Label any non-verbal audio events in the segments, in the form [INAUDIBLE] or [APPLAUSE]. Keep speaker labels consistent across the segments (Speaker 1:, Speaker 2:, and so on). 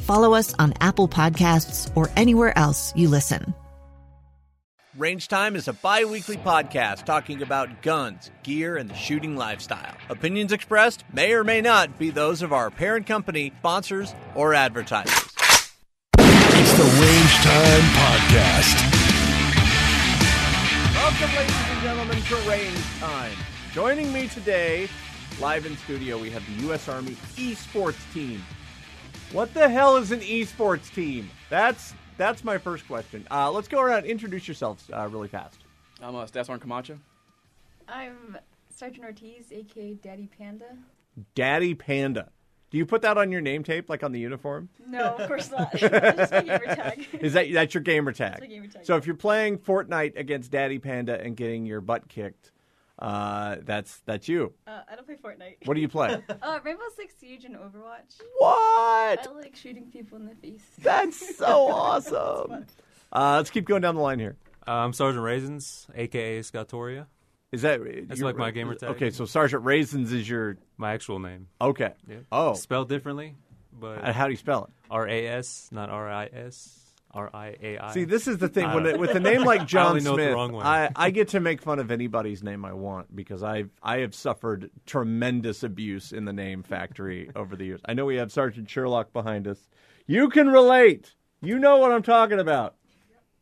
Speaker 1: follow us on Apple Podcasts, or anywhere else you listen.
Speaker 2: Range Time is a bi weekly podcast talking about guns, gear, and the shooting lifestyle. Opinions expressed may or may not be those of our parent company, sponsors, or advertisers.
Speaker 3: It's the Range Time Podcast.
Speaker 2: Welcome, ladies and gentlemen, to Range Time. Joining me today, live in studio, we have the U.S. Army esports team. What the hell is an esports team? That's that's my first question. Uh, let's go around. Introduce yourselves uh, really fast.
Speaker 4: I'm uh, Stats Sergeant Camacho.
Speaker 5: I'm Sergeant Ortiz, aka Daddy Panda.
Speaker 2: Daddy Panda. Do you put that on your name tape, like on the uniform?
Speaker 5: No, of course [LAUGHS] not. That's my gamer tag.
Speaker 2: Is that that's your gamer tag?
Speaker 5: my gamer tag.
Speaker 2: So if you're playing Fortnite against Daddy Panda and getting your butt kicked, uh, that's that's you.
Speaker 5: Uh, I don't play Fortnite.
Speaker 2: What do
Speaker 5: [LAUGHS]
Speaker 2: you play?
Speaker 5: Uh, Rainbow Six Siege and Overwatch. I
Speaker 2: what?
Speaker 5: like shooting people in the face.
Speaker 2: That's so awesome. Uh, let's keep going down the line here.
Speaker 6: Uh, I'm Sergeant Raisins, aka Scottoria.
Speaker 2: Is that
Speaker 6: That's
Speaker 2: you're-
Speaker 6: like my gamer tag.
Speaker 2: Okay, so Sergeant Raisins is your
Speaker 6: My actual name.
Speaker 2: okay. Oh,
Speaker 6: Spelled differently,
Speaker 2: and
Speaker 6: but
Speaker 2: how do you spell it?
Speaker 6: R A S, not R I S. R I A I.
Speaker 2: See, this is the thing
Speaker 6: [LAUGHS] I
Speaker 2: when
Speaker 6: don't-
Speaker 2: it, with a name like John
Speaker 6: only know the
Speaker 2: Smith,
Speaker 6: wrong one.
Speaker 2: I, I get to make fun of anybody's name I want because I I have suffered tremendous abuse in the name factory over the years. I know we have Sergeant Sherlock behind us. You can relate. You know what I'm talking about.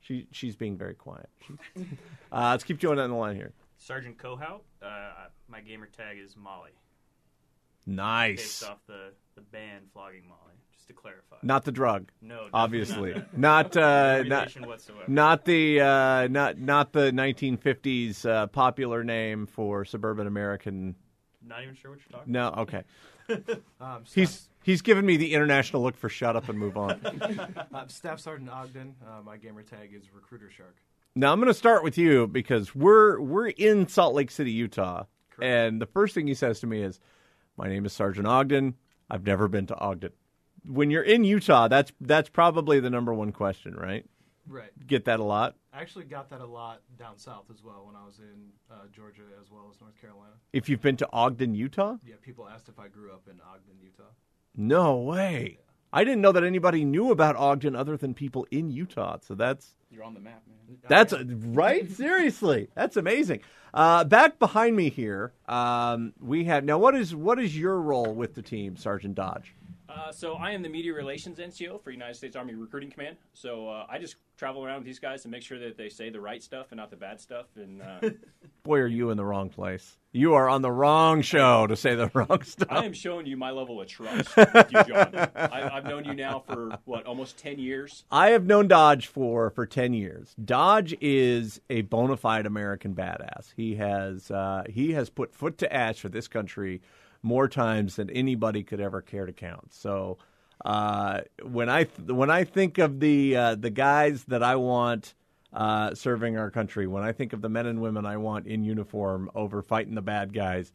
Speaker 2: She she's being very quiet. She- [LAUGHS] uh, let's keep doing that in the line here.
Speaker 7: Sergeant Kohout. Uh, my gamer tag is Molly,
Speaker 2: Nice.
Speaker 7: based off the the band flogging Molly. Just to clarify.
Speaker 2: Not the drug,
Speaker 7: no,
Speaker 2: obviously. Not uh,
Speaker 7: definitely not
Speaker 2: not
Speaker 7: relation whatsoever.
Speaker 2: Not the uh, not not the 1950s uh, popular name for suburban American.
Speaker 7: Not even sure what you're talking.
Speaker 2: No, okay. he's he's given me the international look for shut up and move on.
Speaker 8: Uh, Staff Sergeant Ogden. Uh, my gamer tag is Recruiter Shark.
Speaker 2: now I'm going to start with you because we're we're in Salt Lake City, Utah, and the first thing he says to me is, "My name is Sergeant Ogden. I've never been to Ogden." When you're in Utah, that's that's probably the number one question, right?
Speaker 8: Right.
Speaker 2: Get that a lot.
Speaker 8: I actually got that a lot down south as well when I was in uh, Georgia as well as North Carolina.
Speaker 2: If you've been to Ogden, Utah,
Speaker 8: Yeah, people asked if I grew up in Ogden, Utah.
Speaker 2: No way. I didn't know that anybody knew about Ogden other than people in Utah. So that's
Speaker 4: You're on the map, man.
Speaker 2: that's right. Seriously, that's amazing. Uh, back behind me here, um, we have now. What is what is your role with the team, Sergeant Dodge?
Speaker 7: Uh, so I am the media relations NCO for United States Army Recruiting Command. So uh, I just travel around with these guys to make sure that they say the right stuff and not the bad stuff. And uh,
Speaker 2: Boy, are you in the wrong place. You are on the wrong show to say the [LAUGHS] wrong
Speaker 7: I
Speaker 2: stuff.
Speaker 7: am showing you my level of
Speaker 2: [LAUGHS]
Speaker 7: trust with you, John. I, I've known you now for what almost ten years.
Speaker 2: I have known Dodge for for ten years. Dodge is a bona fide American badass. He has uh, he has put foot to ash for this country more times than anybody could ever care to count. So uh, when I th- when I think of the uh, the guys that I want uh, serving our country, when I think of the men and women I want in uniform over fighting the bad guys,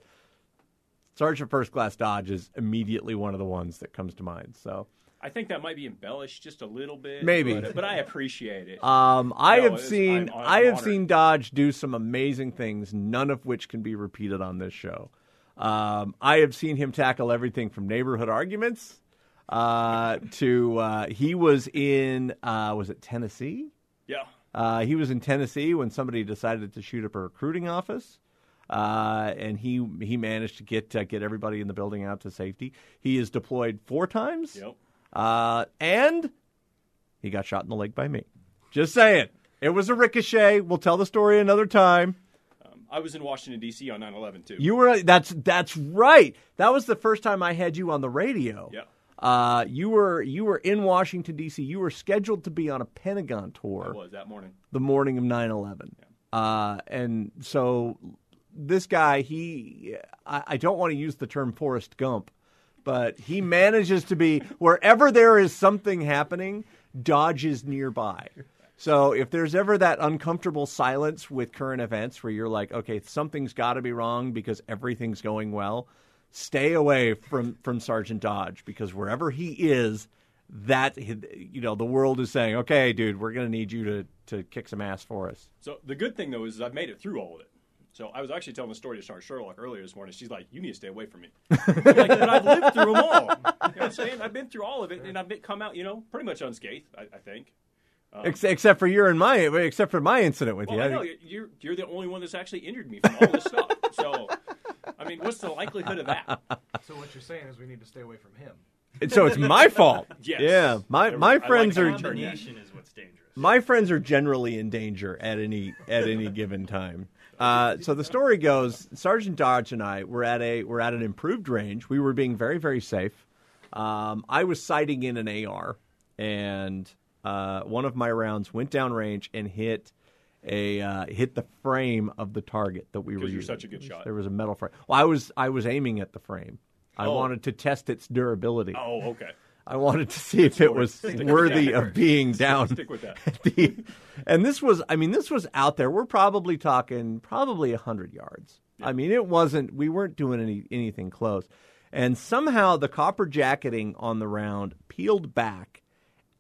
Speaker 2: Sergeant First Class Dodge is immediately one of the ones that comes to mind. So.
Speaker 7: I think that might be embellished just a little bit,
Speaker 2: Maybe.
Speaker 7: but, but I appreciate it.
Speaker 2: Um, I
Speaker 7: No,
Speaker 2: have
Speaker 7: it's-
Speaker 2: seen
Speaker 7: I'm hon-
Speaker 2: I have
Speaker 7: honored.
Speaker 2: seen Dodge do some amazing things, none of which can be repeated on this show. Um, I have seen him tackle everything from neighborhood arguments uh, to uh, he was in uh, was it Tennessee?
Speaker 7: yeah,
Speaker 2: Uh, he was in Tennessee when somebody decided to shoot up a recruiting office, uh, and he he managed to get uh, get everybody in the building out to safety. He is deployed four times.
Speaker 7: Yep.
Speaker 2: Uh, and he got shot in the leg by me. Just saying. It was a ricochet. We'll tell the story another time.
Speaker 7: Um, I was in Washington D.C. on 9/11 too.
Speaker 2: You were that's that's right. That was the first time I had you on the radio.
Speaker 7: Yeah.
Speaker 2: Uh, you were you were in Washington D.C. You were scheduled to be on a Pentagon tour.
Speaker 7: I was that morning.
Speaker 2: the morning of 9-11 uh, and so this guy he I, I don't want to use the term forrest gump but he manages to be wherever there is something happening dodge is nearby so if there's ever that uncomfortable silence with current events where you're like okay something's got to be wrong because everything's going well stay away from from sergeant dodge because wherever he is that you know the world is saying, okay, dude, we're gonna need you to to kick some ass for us.
Speaker 7: So the good thing though is I've made it through all of it. So I was actually telling the story to Star Sherlock earlier this morning. She's like, "You need to stay away from
Speaker 2: [LAUGHS]
Speaker 7: me." I'm like that I've lived through them all. You know what I'm saying? I've been through all of it, and I've been, come out, you know, pretty much unscathed. I, I think.
Speaker 2: Ex- except for your and my, except for my incident with
Speaker 7: Uh-huh. Well,
Speaker 2: you.
Speaker 7: I know you're- you're you're the only one that's actually injured me from all this stuff. So, I mean, what's the likelihood of that?
Speaker 8: So what you're saying is we need to stay away from him.
Speaker 2: And [LAUGHS] so it's my fault.
Speaker 7: [LAUGHS] Yes.
Speaker 2: Yeah, my
Speaker 7: There- I
Speaker 2: my
Speaker 7: like
Speaker 2: friends
Speaker 7: that
Speaker 2: are
Speaker 7: term.
Speaker 9: Combination is what's dangerous.
Speaker 2: my friends are generally in danger at any at any given time. Uh, so the story goes: Sergeant Dodge and I were at a were at an improved range. We were being very very safe. Um, I was sighting in an AR, and uh, one of my rounds went down range and hit a uh, hit the frame of the target that we were.
Speaker 7: Because you're
Speaker 2: using.
Speaker 7: such a good shot.
Speaker 2: There was a metal frame. Well, I was I was aiming at the frame. I
Speaker 7: Oh.
Speaker 2: wanted to test its durability.
Speaker 7: Oh, okay.
Speaker 2: I wanted to see if it was
Speaker 7: Stick with
Speaker 2: worthy
Speaker 7: that.
Speaker 2: of being
Speaker 7: Stick-
Speaker 2: down.
Speaker 7: stick with that.
Speaker 2: at [LAUGHS] the- and this was, I mean, this was out there. We're probably talking probably 100 yards. I mean, it wasn't, we weren't doing any, anything close. And somehow the copper jacketing on the round peeled back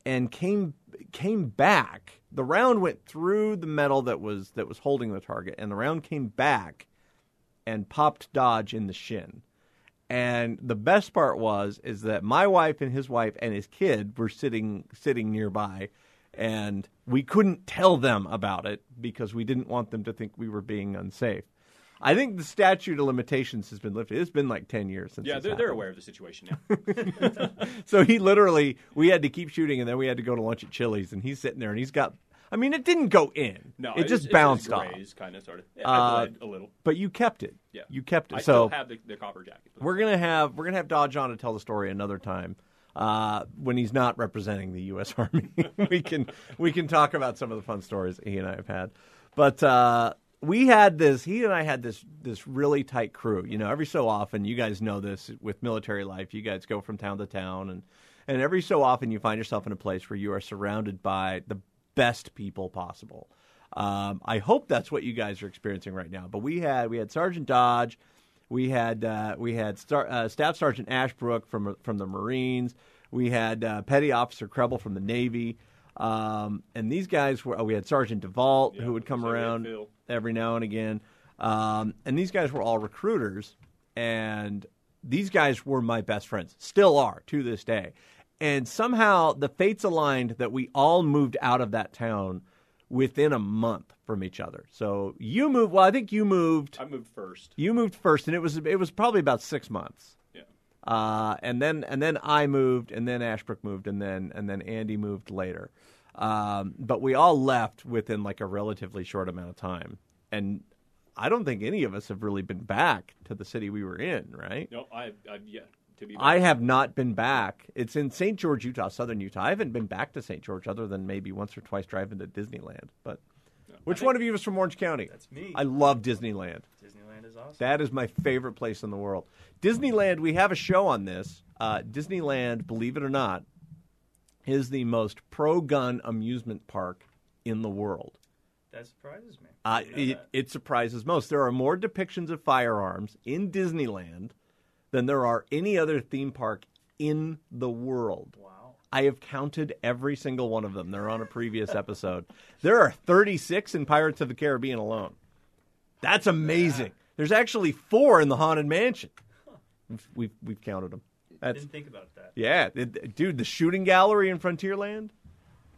Speaker 2: and came came back. The round went through the metal that was that was holding the target, and the round came back and popped Dodge in the shin. And the best part was is that my wife and his wife and his kid were sitting sitting nearby, and we couldn't tell them about it because we didn't want them to think we were being unsafe. I think the statute of limitations has been lifted. It's been like ten years since.
Speaker 7: Yeah,
Speaker 2: this
Speaker 7: they're, they're
Speaker 2: happened.
Speaker 7: aware of the situation now.
Speaker 2: So he literally, we had to keep shooting, and then we had to go to lunch at Chili's, and he's sitting there, and he's got. I mean, it didn't go in.
Speaker 7: No,
Speaker 2: it
Speaker 7: it's-
Speaker 2: just
Speaker 7: it's
Speaker 2: bounced off.
Speaker 7: graze, kind of, sort of. Yeah, I
Speaker 2: Uh,
Speaker 7: bled a little.
Speaker 2: But you kept it.
Speaker 7: Yeah,
Speaker 2: you kept it.
Speaker 7: I
Speaker 2: so
Speaker 7: still have the, the copper jacket.
Speaker 2: we're gonna have we're gonna have Dodge on to tell the story another time uh, when he's not representing the U.S. [LAUGHS] Army. we can we can talk about some of the fun stories he and I have had, but uh, we had this. He and I had this this really tight crew. You know, every so often, you guys know this with military life. You guys go from town to town, and and every so often you find yourself in a place where you are surrounded by the best people possible. Um, I hope that's what you guys are experiencing right now. But we had we had Sergeant Dodge. We had uh, we had Star, uh, Staff Sergeant Ashbrook from from the Marines. We had uh, Petty Officer Krebel from the Navy, um, and these guys were. We had Sergeant DeVault who would come
Speaker 7: so we had
Speaker 2: around
Speaker 7: Phil.
Speaker 2: every now and again, um, and these guys were all recruiters, and these guys were my best friends, still are to this day, and somehow the fates aligned that we all moved out of that town within a month from each other. So you moved. Well, I think you moved.
Speaker 7: I moved first.
Speaker 2: You moved first, and it was it was probably about six months.
Speaker 7: Yeah.
Speaker 2: Uh, and then and then I moved, and then Ashbrook moved, and then and then Andy moved later. Um, but we all left within like a relatively short amount of time, and I don't think any of us have really been back to the city we were in, right?
Speaker 7: No, I, I've yet to be.
Speaker 2: I have not been back. It's in St. George, Utah, southern Utah. I haven't been back to St. George other than maybe once or twice driving to Disneyland. But which one of you is from Orange County? That's
Speaker 9: me.
Speaker 2: I love Disneyland.
Speaker 9: Disneyland is awesome.
Speaker 2: That is my favorite place in the world. Disneyland, we have a show on this. Uh, Disneyland, believe it or not, is the most pro gun amusement park in the world.
Speaker 9: That surprises me.
Speaker 2: Uh,
Speaker 9: You know
Speaker 2: it,
Speaker 9: that.
Speaker 2: it surprises most. There are more depictions of firearms in Disneyland than there are any other theme park in the world.
Speaker 9: Wow.
Speaker 2: I have counted every single one of them. They're on a previous episode. [LAUGHS] There are 36 in Pirates of the Caribbean alone. That's amazing. There's actually four in the Haunted Mansion. We've, we've, we've counted them. That's,
Speaker 9: Didn't think about that.
Speaker 2: yeah, it- dude, the shooting gallery in Frontierland?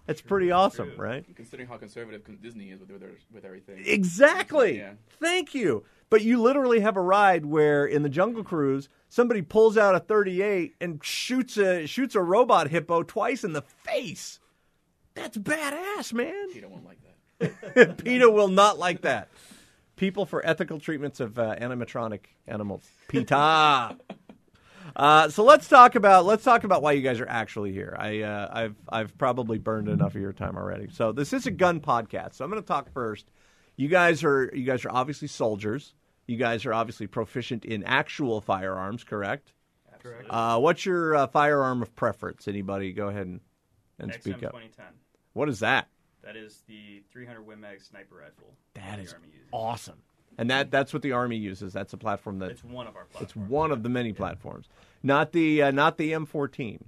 Speaker 2: That's pretty awesome,
Speaker 9: true.
Speaker 2: right?
Speaker 4: Considering how conservative con- Disney is with with, their, with everything.
Speaker 2: Exactly.
Speaker 4: Yeah.
Speaker 2: Thank you. But you literally have a ride where in the Jungle Cruise, somebody pulls out a 38 and shoots a shoots a robot hippo twice in the face. That's badass, man.
Speaker 4: Peter won't like that.
Speaker 2: [LAUGHS] PETA will not like that. People for ethical treatments of uh, animatronic animals. PETA. Uh, so let's talk about let's talk about why you guys are actually here. I uh, I've I've probably burned enough of your time already. So this is a gun podcast. So I'm going to talk first. You guys are you guys are obviously soldiers. You guys are obviously proficient in actual firearms, correct?
Speaker 9: Absolutely.
Speaker 2: Uh, what's your uh, firearm of preference? Anybody, go ahead and, and
Speaker 9: XM
Speaker 2: speak up.
Speaker 9: 2010.
Speaker 2: What is that?
Speaker 9: That is the 300 Win Mag sniper rifle.
Speaker 2: That
Speaker 9: the
Speaker 2: is
Speaker 9: Army uses.
Speaker 2: awesome. And that that's what the army uses. That's a platform that
Speaker 9: It's one of our
Speaker 2: It's one of the many platforms. Not the uh, not the M14.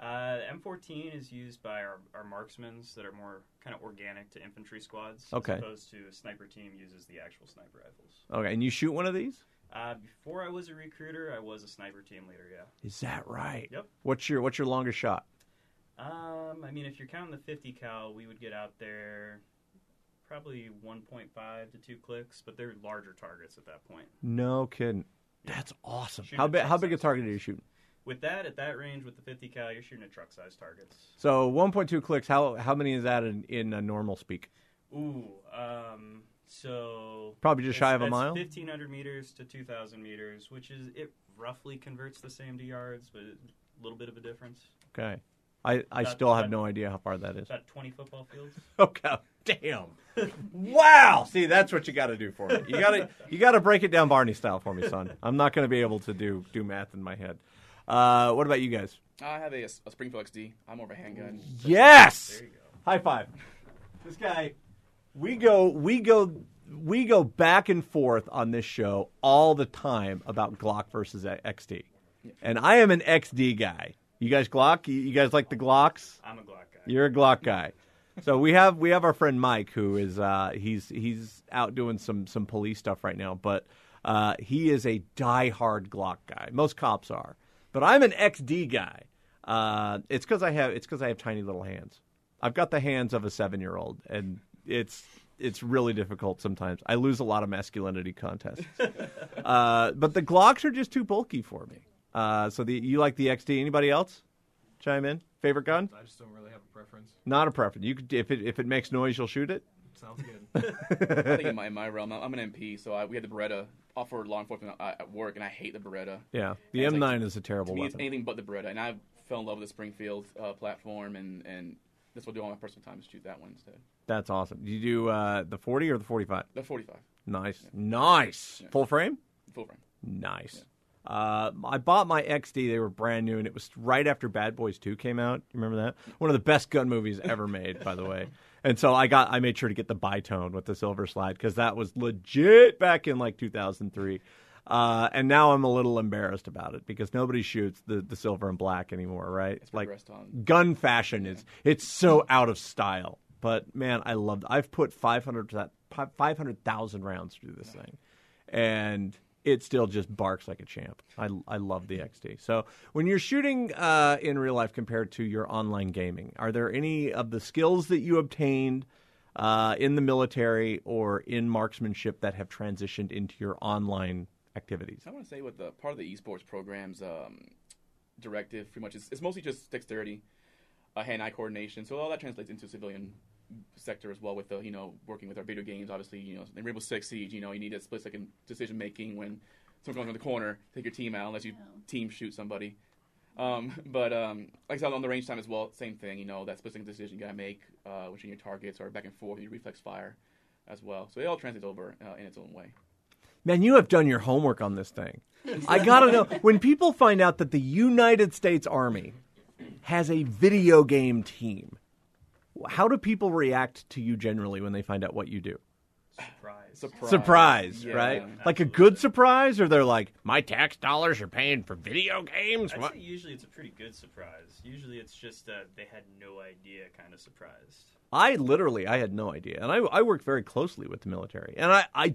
Speaker 9: Uh, the M14 is used by our, our marksmen that are more kind of organic to infantry squads,
Speaker 2: Okay.
Speaker 9: as opposed to a sniper team uses the actual sniper rifles.
Speaker 2: Okay, and you shoot one of these?
Speaker 9: Uh, before I was a recruiter, I was a sniper team leader. Yeah.
Speaker 2: Is that right?
Speaker 9: Yep.
Speaker 2: What's your what's your longest shot?
Speaker 9: Um, I mean, if you're counting the 50 cal, we would get out there probably 1.5 to two clicks, but they're larger targets at that point.
Speaker 2: No kidding. That's awesome.
Speaker 9: Shoot
Speaker 2: How
Speaker 9: at
Speaker 2: big
Speaker 9: truck
Speaker 2: how big a
Speaker 9: size
Speaker 2: target are you shooting?
Speaker 9: With that, at that range, with the 50 cal, you're shooting at truck size targets.
Speaker 2: So 1.2 clicks. How how many is that in in a normal speak?
Speaker 9: Ooh, um, so
Speaker 2: Probably just shy
Speaker 9: that's-
Speaker 2: of a
Speaker 9: that's
Speaker 2: mile?
Speaker 9: 1,500 meters to 2,000 meters, which is it roughly converts the same to yards, but a little bit of a difference.
Speaker 2: Okay. I, I
Speaker 9: About-
Speaker 2: still have
Speaker 9: about-
Speaker 2: no idea how far that is.
Speaker 9: About 20 football fields.
Speaker 2: [LAUGHS] Okay. Damn. [LAUGHS] wow. See, that's what you got to do for me. You got to you got to break it down Barney style for me, son. I'm not going to be able to do do math in my head. Uh, what about you guys?
Speaker 4: I have a, a Springfield XD. I'm more of a handgun.
Speaker 2: Yes. High five. This guy. We go we go we go back and forth on this show all the time about Glock versus XD. And I am an XD guy. You guys Glock? You- You guys like the Glocks?
Speaker 9: I'm a Glock guy.
Speaker 2: You're a Glock guy. So we have we have our friend Mike who is uh, he's he's out doing some some police stuff right now, but uh, he is a diehard Glock guy. Most cops are, but I'm an XD guy. Uh, it's because I have it's because I have tiny little hands. I've got the hands of a seven year old, and it's it's really difficult sometimes. I lose a lot of masculinity
Speaker 9: [LAUGHS]
Speaker 2: contests, uh, but the Glocks are just too bulky for me. Uh, so the you like the XD? Anybody else? Chime in. Favorite gun?
Speaker 8: I just don't really have a preference.
Speaker 2: Not a preference. You could, if it if it makes noise, you'll shoot it.
Speaker 8: Sounds good.
Speaker 4: I think in my, in my realm, I'm an MP, so I, we had the Beretta offered law enforcement uh, at work, and I hate the Beretta.
Speaker 2: Yeah, the
Speaker 4: And it's
Speaker 2: M9 is a terrible
Speaker 4: to me,
Speaker 2: weapon.
Speaker 4: It's anything but the Beretta, and I fell in love with the Springfield uh, platform, and and this will do all my personal time to shoot that one instead.
Speaker 2: That's awesome. Do you do uh, the 40 or the 45?
Speaker 4: The 45.
Speaker 2: Nice, nice. Full frame.
Speaker 4: Full frame.
Speaker 2: Nice. Uh, I bought my XD. They were brand new, and it was right after Bad Boys 2 came out. You remember that? One of the best gun movies ever made, by the way. And so I got, I made sure to get the bitone with the silver slide because that was legit back in like 2003. Uh, and now I'm a little embarrassed about it because nobody shoots the, the silver and black anymore, right? It's like
Speaker 4: progressed on.
Speaker 2: gun fashion is it's so out of style. But man, I loved. I've put 500 to that- 500,000 rounds through this thing, and it still just barks like a champ. I I love the XD. So when you're shooting uh, in real life compared to your online gaming, are there any of the skills that you obtained? Uh, in the military or in marksmanship that have transitioned into your online activities.
Speaker 4: I want to say with the part of the esports program's um, directive, pretty much it's, it's mostly just dexterity, uh, hand-eye coordination. So all that translates into civilian sector as well. With the you know working with our video games, obviously you know in Rainbow Six Siege, you know you need that split-second decision making when someone comes around the corner, take your team out unless you team shoot somebody. Um, but um, like I said, on the range time as well, same thing. You know that split-second decision you gotta make, uh, whiching your targets or back and forth, your reflex fire, as well. So it all translates over uh, in its own way.
Speaker 2: Man, you have done your homework on this thing. I gotta know when people find out that the United States Army has a video game team. How do people react to you generally when they find out what you do?
Speaker 9: Surprise.
Speaker 2: Surprise,
Speaker 4: Yeah.
Speaker 2: right? Like a good surprise, or they're like, "My tax dollars are paying for video games."
Speaker 9: I'd
Speaker 2: What?
Speaker 9: say usually it's a pretty good surprise. Usually it's just uh, they had no idea kind of surprised.
Speaker 2: I literally, I had no idea, and I, I work very closely with the military, and I, I,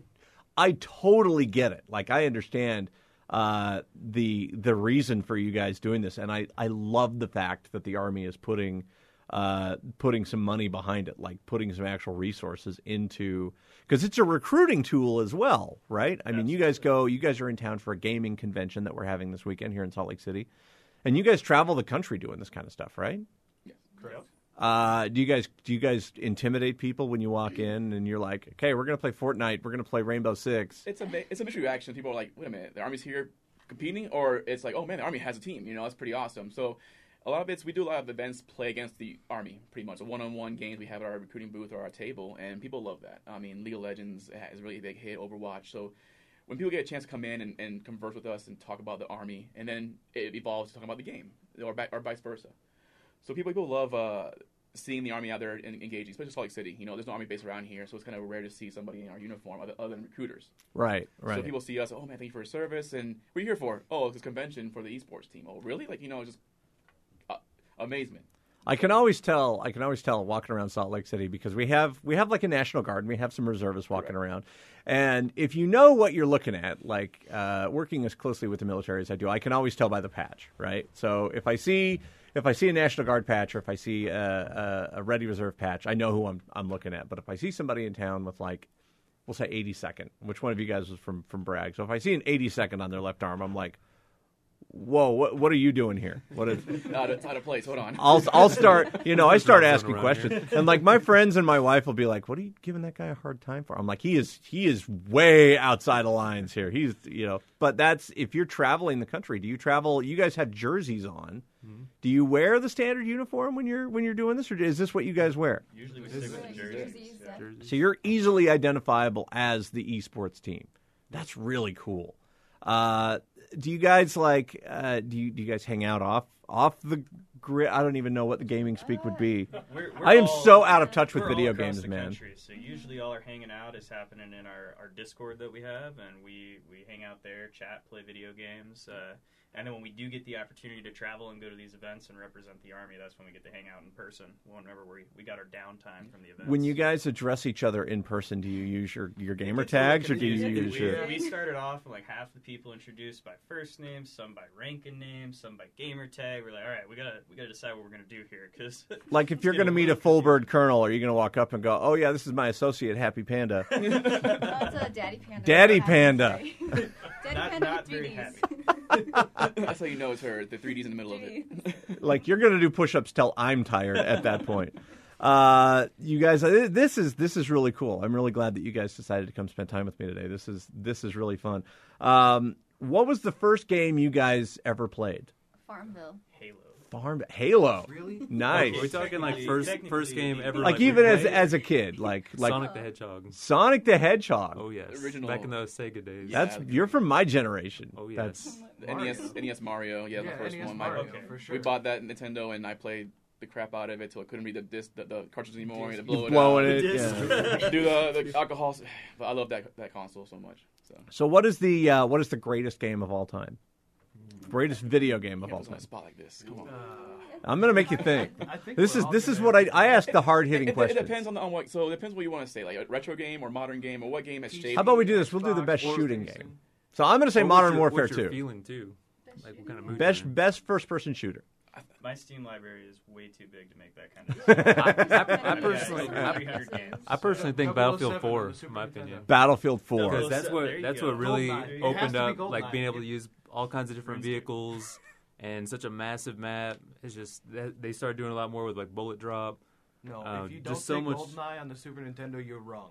Speaker 2: I totally get it. Like I understand uh, the the reason for you guys doing this, and I, I love the fact that the army is putting, uh, putting some money behind it, like putting some actual resources into, because it's a recruiting tool as well, right? I mean, you guys go, you guys are in town for a gaming convention that we're having this weekend here in Salt Lake City, and you guys travel the country doing this kind of stuff, right?
Speaker 4: Yes.
Speaker 8: Correct.
Speaker 2: Uh, do you guys do you guys intimidate people when you walk in and you're like, okay, we're gonna play Fortnite, we're gonna play Rainbow Six?
Speaker 4: It's a mi- it's a mixed reaction. People are like, wait a minute, the army's here competing, or it's like, oh man, the army has a team. You know, that's pretty awesome. So. A lot of it's we do a lot of events play against the army pretty much. One on one games we have at our recruiting booth or our table, and people love that. I mean, League of Legends is really a big hit. Overwatch, so when people get a chance to come in and, and converse with us and talk about the army, and then it evolves to talking about the game or, ba- or vice versa. So people people love uh, seeing the army out there and engaging, especially Salt Lake City. You know, there's no army base around here, so it's kind of rare to see somebody in our uniform other, other than recruiters.
Speaker 2: Right,
Speaker 4: So
Speaker 2: right.
Speaker 4: people see us, oh man, thank you for your service, and what are you here for? Oh, it's this convention for the esports team. Oh, really? Like you know, just uh, amazement.
Speaker 2: I can always tell. I can always tell walking around Salt Lake City because we have we have like a national guard and we have some reservists walking around, and if you know what you're looking at, like uh, working as closely with the military as I do, I can always tell by the patch, right? So if I see if I see a national guard patch or if I see a, a, a ready reserve patch, I know who I'm I'm looking at. But if I see somebody in town with like we'll say 82nd, which one of you guys was from from Bragg? So if I see an 82nd on their left arm, I'm like. Whoa! What, what are you doing here? What is
Speaker 4: [LAUGHS] out, of, out of place. Hold on.
Speaker 2: [LAUGHS] I'll I'll start. You know, I start
Speaker 4: Dropping
Speaker 2: asking
Speaker 4: around
Speaker 2: questions,
Speaker 4: here.
Speaker 2: and like my friends and my wife will be like, "What are you giving that guy a hard time for?" I'm like, "He is he is way outside of lines here. He's you know." But that's if you're traveling the country. Do you travel? You guys have jerseys on.
Speaker 4: Mm-hmm.
Speaker 10: Mhm.
Speaker 2: Do you wear the standard uniform when you're when you're doing this, or is this what you guys wear?
Speaker 7: Usually we
Speaker 10: This
Speaker 7: stick with the
Speaker 10: is-
Speaker 7: jerseys. yeah.
Speaker 2: So you're easily identifiable as the esports team. That's really cool. Uh, do you guys like? Uh, do you do you guys hang out off off the grid? I don't even know what the gaming speak would be.
Speaker 9: We're, we're
Speaker 2: I am
Speaker 9: all-
Speaker 2: so out of touch with
Speaker 9: we're
Speaker 2: video
Speaker 9: all across
Speaker 2: games,
Speaker 9: the
Speaker 2: man.
Speaker 9: Country, so usually all our hanging out is happening in our, our Discord that we have, and we, we hang out there, chat, play video games. Uh, and then when we do get the opportunity to travel and go to these events and represent the army, that's when we get to hang out in person. Whenever we we got our downtime from the event.
Speaker 2: When you guys address each other in person, do you use your your gamer
Speaker 9: It's a little
Speaker 2: tags or do you
Speaker 9: confusing.
Speaker 2: use
Speaker 9: we,
Speaker 2: your?
Speaker 9: we started off with, like half the people introduced by first name, some by ranking name, some by gamer tag. We're like, all right, we gotta we gotta decide what we're gonna do here [LAUGHS] because
Speaker 2: Like if you're going to meet a full bird colonel, are you going to walk up and go, "Oh yeah, this is my associate, Happy Panda"?
Speaker 5: That's a [LAUGHS] daddy panda.
Speaker 2: Daddy
Speaker 5: What happened
Speaker 2: Panda.
Speaker 5: today? daddy
Speaker 9: Not-
Speaker 5: panda
Speaker 9: not
Speaker 5: with
Speaker 9: very
Speaker 5: 3Ds.
Speaker 4: [LAUGHS] That's how you know it's her. The 3D's in the middle of it.
Speaker 2: like you're going to do push-ups till I'm tired at that point. [LAUGHS] Uh, you guys, this is this is really cool. I'm really glad that you guys decided to come spend time with me today. This is this is really fun. Um, what was the first game you guys ever played?
Speaker 5: Farmville.
Speaker 9: Halo.
Speaker 2: Farm Halo.
Speaker 5: Really?
Speaker 2: Nice.
Speaker 6: Are we talking like first first game ever?
Speaker 2: like,
Speaker 6: we
Speaker 2: even as
Speaker 6: played?
Speaker 2: as a kid, like like
Speaker 6: Sonic the Hedgehog.
Speaker 2: Sonic the Hedgehog.
Speaker 6: Oh yes, back in the Sega days.
Speaker 2: That's you're from my generation. Oh
Speaker 6: yes.
Speaker 2: That's
Speaker 4: The NES, NES E Mario, yeah,
Speaker 8: Yeah,
Speaker 4: the first
Speaker 8: NES
Speaker 4: one.
Speaker 8: Mario,
Speaker 4: My,
Speaker 8: Okay. for
Speaker 4: We
Speaker 8: sure.
Speaker 4: bought that Nintendo, and I played the crap out of it till I couldn't read the disc, the, the cartridge anymore. I had to
Speaker 2: You
Speaker 4: blow it
Speaker 2: blow
Speaker 4: out.
Speaker 2: it, The disc. yeah.
Speaker 4: Do the, the alcohol. But I love that that console so much. So
Speaker 2: so. What is the uh, what is the greatest game of all time? Greatest video game of all
Speaker 4: on a
Speaker 2: time.
Speaker 4: spot like this, come on.
Speaker 2: I'm gonna make you think.
Speaker 4: I think
Speaker 2: This
Speaker 4: we're
Speaker 2: is
Speaker 4: all
Speaker 2: this
Speaker 4: gonna-
Speaker 2: is what I I ask the hard
Speaker 4: It,
Speaker 2: hitting
Speaker 4: it,
Speaker 2: questions.
Speaker 4: depends on the on what. So it depends what you want to say, like a retro game or modern game or what game has shaped.
Speaker 2: How about we do this? We'll do the best shooting game. So I'm gonna say
Speaker 6: What was
Speaker 2: Modern
Speaker 6: your-
Speaker 2: Warfare
Speaker 6: what's your
Speaker 2: Two.
Speaker 6: Feeling too. Like what kind of mood?
Speaker 2: Best best first person shooter.
Speaker 9: My Steam library is way too big to make that
Speaker 2: [LAUGHS]
Speaker 6: I-
Speaker 9: kind of.
Speaker 6: I
Speaker 9: Yeah,
Speaker 6: personally-
Speaker 9: it's
Speaker 6: I-
Speaker 9: 300 games.
Speaker 6: I personally
Speaker 9: So-
Speaker 6: think Battlefield 4, in my opinion.
Speaker 2: Battlefield 4.
Speaker 6: Because [LAUGHS] that's
Speaker 9: There
Speaker 6: what
Speaker 9: you
Speaker 6: that's
Speaker 9: go.
Speaker 6: what really
Speaker 9: Goldeneye. It has
Speaker 6: opened
Speaker 9: to be
Speaker 6: up, like
Speaker 9: Goldeneye.
Speaker 6: being able to use all kinds of different vehicles and such a massive map. It's just that they started doing a lot more with like bullet drop.
Speaker 8: No,
Speaker 6: uh,
Speaker 8: if you don't
Speaker 6: just so
Speaker 8: think
Speaker 6: much.
Speaker 8: GoldenEye on the Super Nintendo, you're wrong.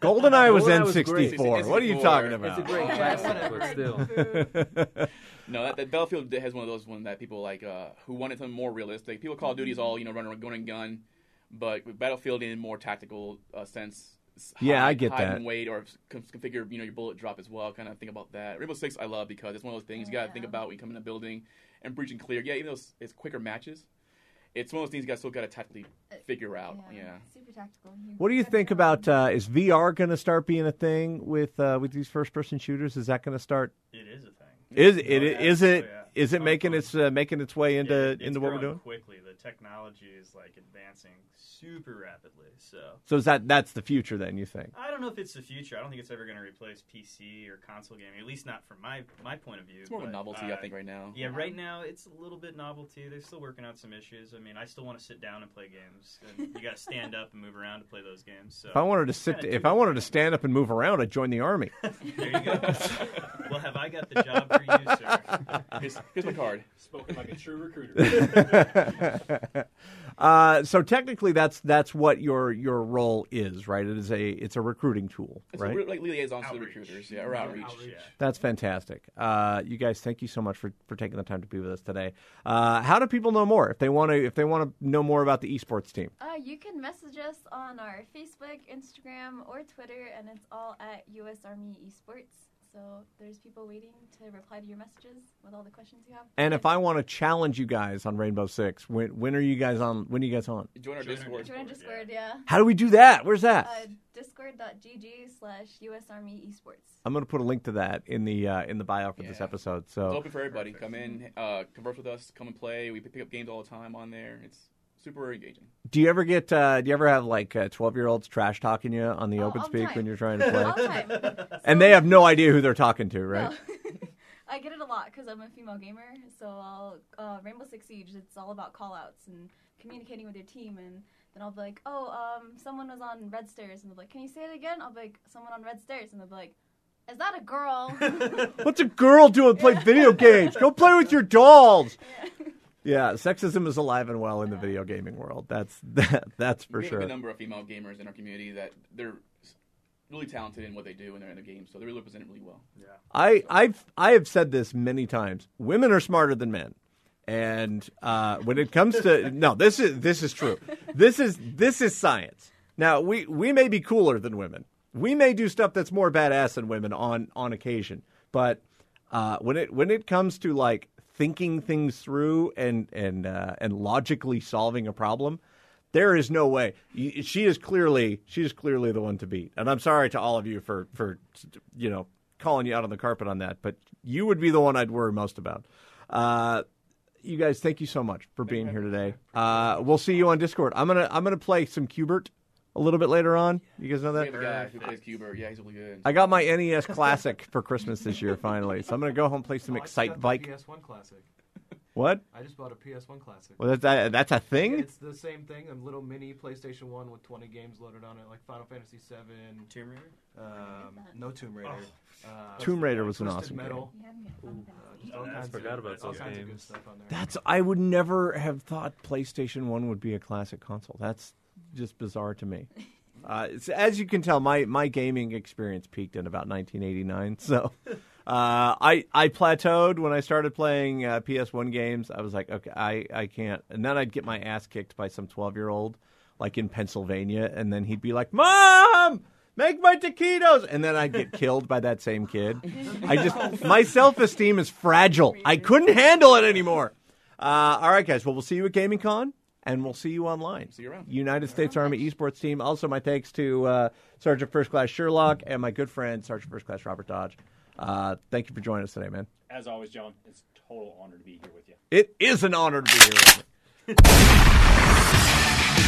Speaker 2: GoldenEye was
Speaker 6: Goldeneye was
Speaker 2: N64.
Speaker 6: great.
Speaker 2: What are you
Speaker 6: It's
Speaker 2: talking
Speaker 6: a
Speaker 2: about?
Speaker 6: great classic, but still.
Speaker 4: no, that, that Battlefield has one of those ones that people like uh, who wanted something more realistic. People Call of
Speaker 2: Mm-hmm.
Speaker 4: Duty is all you know, running gun and gun, but with Battlefield in more tactical uh, sense. s-
Speaker 2: Yeah, I
Speaker 4: hide-
Speaker 2: get
Speaker 4: hide
Speaker 2: that.
Speaker 4: And wait, or con- configure you know your bullet drop as well. Kind of think about that. Rainbow Six, I love because it's one of those things you got to think about when you come in a building and breach and clear. Yeah, even though it's, it's quicker matches, it's one of those things you got still got to tactically
Speaker 5: Uh,
Speaker 4: figure out. yeah.
Speaker 5: Super tactical.
Speaker 2: What do you think about uh, is VR going to start being a thing with uh, with these first person shooters? Is that going to start?
Speaker 9: It is a thing.
Speaker 2: Is
Speaker 9: Oh,
Speaker 2: it is
Speaker 9: yeah.
Speaker 2: it
Speaker 9: Oh, yeah.
Speaker 2: is it making its uh, making its way into
Speaker 9: Yeah, it- it's
Speaker 2: into what we're
Speaker 9: growing
Speaker 2: doing?
Speaker 9: quickly. The technology is like advancing super rapidly. So
Speaker 2: So is that that's the future then? You think?
Speaker 9: I don't know if it's the future. I don't think it's ever going to replace PC or console gaming. At least not from my my point of view.
Speaker 4: It's more of a
Speaker 9: but,
Speaker 4: novelty, I
Speaker 9: uh,
Speaker 4: think, right now.
Speaker 9: Yeah, right now it's a little bit novelty. They're still working out some issues. I mean, I still want to sit down and play games. And you got to stand up and move around to play those games. So
Speaker 2: If I wanted to sit,
Speaker 9: Kinda
Speaker 2: if
Speaker 9: two
Speaker 2: I wanted to stand up and move around, I'd join the army.
Speaker 9: there you go.
Speaker 2: [LAUGHS]
Speaker 9: Well, have I got the job for you, sir?
Speaker 4: Here's, here's
Speaker 2: [LAUGHS]
Speaker 4: my card.
Speaker 7: Spoken like a true recruiter.
Speaker 2: [LAUGHS] uh, so technically, that's that's what your your role is, right? It is a it's a recruiting tool,
Speaker 4: It's
Speaker 2: right?
Speaker 4: a, like liaisons to the recruiters, yeah, or outreach. Yeah.
Speaker 2: That's fantastic. Uh, you guys, thank you so much for, for taking the time to be with us today. Uh, how do people know more if they want to if they want to know more about the esports team?
Speaker 5: Uh, you can message us on our Facebook, Instagram, or Twitter, and it's all at U.S. Army Esports. So there's people waiting to reply to your messages with all the questions you have.
Speaker 2: And if I want to challenge you guys on Rainbow Six, when when are you guys on? When are you guys on?
Speaker 4: Join our Discord.
Speaker 5: Join our Discord, yeah.
Speaker 2: How do we do that? Where's that?
Speaker 5: Uh, Discord.gg slash U.S. Army Esports.
Speaker 2: I'm going to put a link to that in the uh, in the bio for this episode.
Speaker 4: It's
Speaker 2: So
Speaker 4: open for everybody. Come in, uh, converse with us, come and play. We pick up games all the time on there. It's super engaging.
Speaker 2: do you ever get uh, do you ever have like twelve year olds trash talking you on the
Speaker 5: Oh, All-
Speaker 2: open
Speaker 5: all
Speaker 2: speak
Speaker 5: time.
Speaker 2: when you're trying to play?
Speaker 5: [LAUGHS] All time.
Speaker 2: And they have no idea who they're talking to, right?
Speaker 5: No. I get it a lot because I'm a female gamer. So I'll uh, Rainbow Six Siege. It's all about callouts and communicating with your team. And then I'll be like, "Oh, um, someone was on red stairs," and they'll be like, "Can you say it again?" I'll be like, "Someone on red stairs," and they'll be like, "Is that a girl?"
Speaker 2: What's a girl doing play video games? Go play with your dolls. Yeah, sexism is alive and well in the video gaming world. That's [LAUGHS] that, that's for
Speaker 4: we have a
Speaker 2: sure.
Speaker 4: good number of female gamers in our community that they're s- really talented in what they do and they're in their game, so they really represent it really well. Yeah.
Speaker 2: I I've I have said this many times. Women are smarter than men, and uh, when it comes to no, this is this is true. This is this is science. Now we we may be cooler than women. We may do stuff that's more badass than women on on occasion. But uh, when it when it comes to like thinking things through and and uh, and logically solving a problem, there is no way. Y- She is clearly she is clearly the one to beat. And I'm sorry to all of you for for you know calling you out on the carpet on that, but you would be the one I'd worry most about. Uh, you guys, thank you so much for being here today. Uh, we'll see you on Discord. I'm gonna I'm gonna play some Cubert a little bit later on. You guys know
Speaker 4: We
Speaker 2: that.
Speaker 4: have a guy who plays Cuber. Yeah, he's really good.
Speaker 2: I got my NES Classic [LAUGHS] for Christmas this year finally, so I'm gonna go home play some
Speaker 8: Oh, I just
Speaker 2: Excite
Speaker 8: got the
Speaker 2: Bike.
Speaker 8: PS1 Classic.
Speaker 2: What?
Speaker 8: I just bought a PS1 Classic.
Speaker 2: Well, that's that, that's a thing.
Speaker 8: It's the same thing, a little mini PlayStation 1 with 20 games loaded on it, like Final Fantasy 7.
Speaker 9: Tomb Raider?
Speaker 8: Um, no Tomb Raider. Uh,
Speaker 2: Tomb Raider was an
Speaker 8: Twisted
Speaker 2: awesome
Speaker 8: Metal.
Speaker 9: Fantasy.
Speaker 8: Uh, all
Speaker 9: I
Speaker 8: kinds
Speaker 6: forgot
Speaker 8: of,
Speaker 6: about
Speaker 8: all
Speaker 6: those
Speaker 8: kinds of good
Speaker 6: games.
Speaker 8: stuff on there.
Speaker 2: That's I would never have thought PlayStation One would be a classic console. That's just bizarre to me. [LAUGHS] Uh, it's, as you can tell, my my gaming experience peaked in about 1989. So. [LAUGHS] Uh, I I plateaued when I started playing uh, PS1 games. I was like, okay, I, I can't. And then I'd get my ass kicked by some 12 year old, like in Pennsylvania, and then he'd be like, "Mom, make my taquitos," and then I'd get [LAUGHS] killed by that same kid. I just my self esteem is fragile. I couldn't handle it anymore. Uh, all right, guys. Well, we'll see you at Gaming Con, and we'll see you online.
Speaker 4: See you around.
Speaker 2: United States Army Esports Team. Also, my thanks to uh, Sergeant First Class Sherlock and my good friend Sergeant First Class Robert Dodge. Uh, thank you for joining us today, man.
Speaker 7: As always, John, it's a total honor to be here with you.
Speaker 2: It is an honor to be here.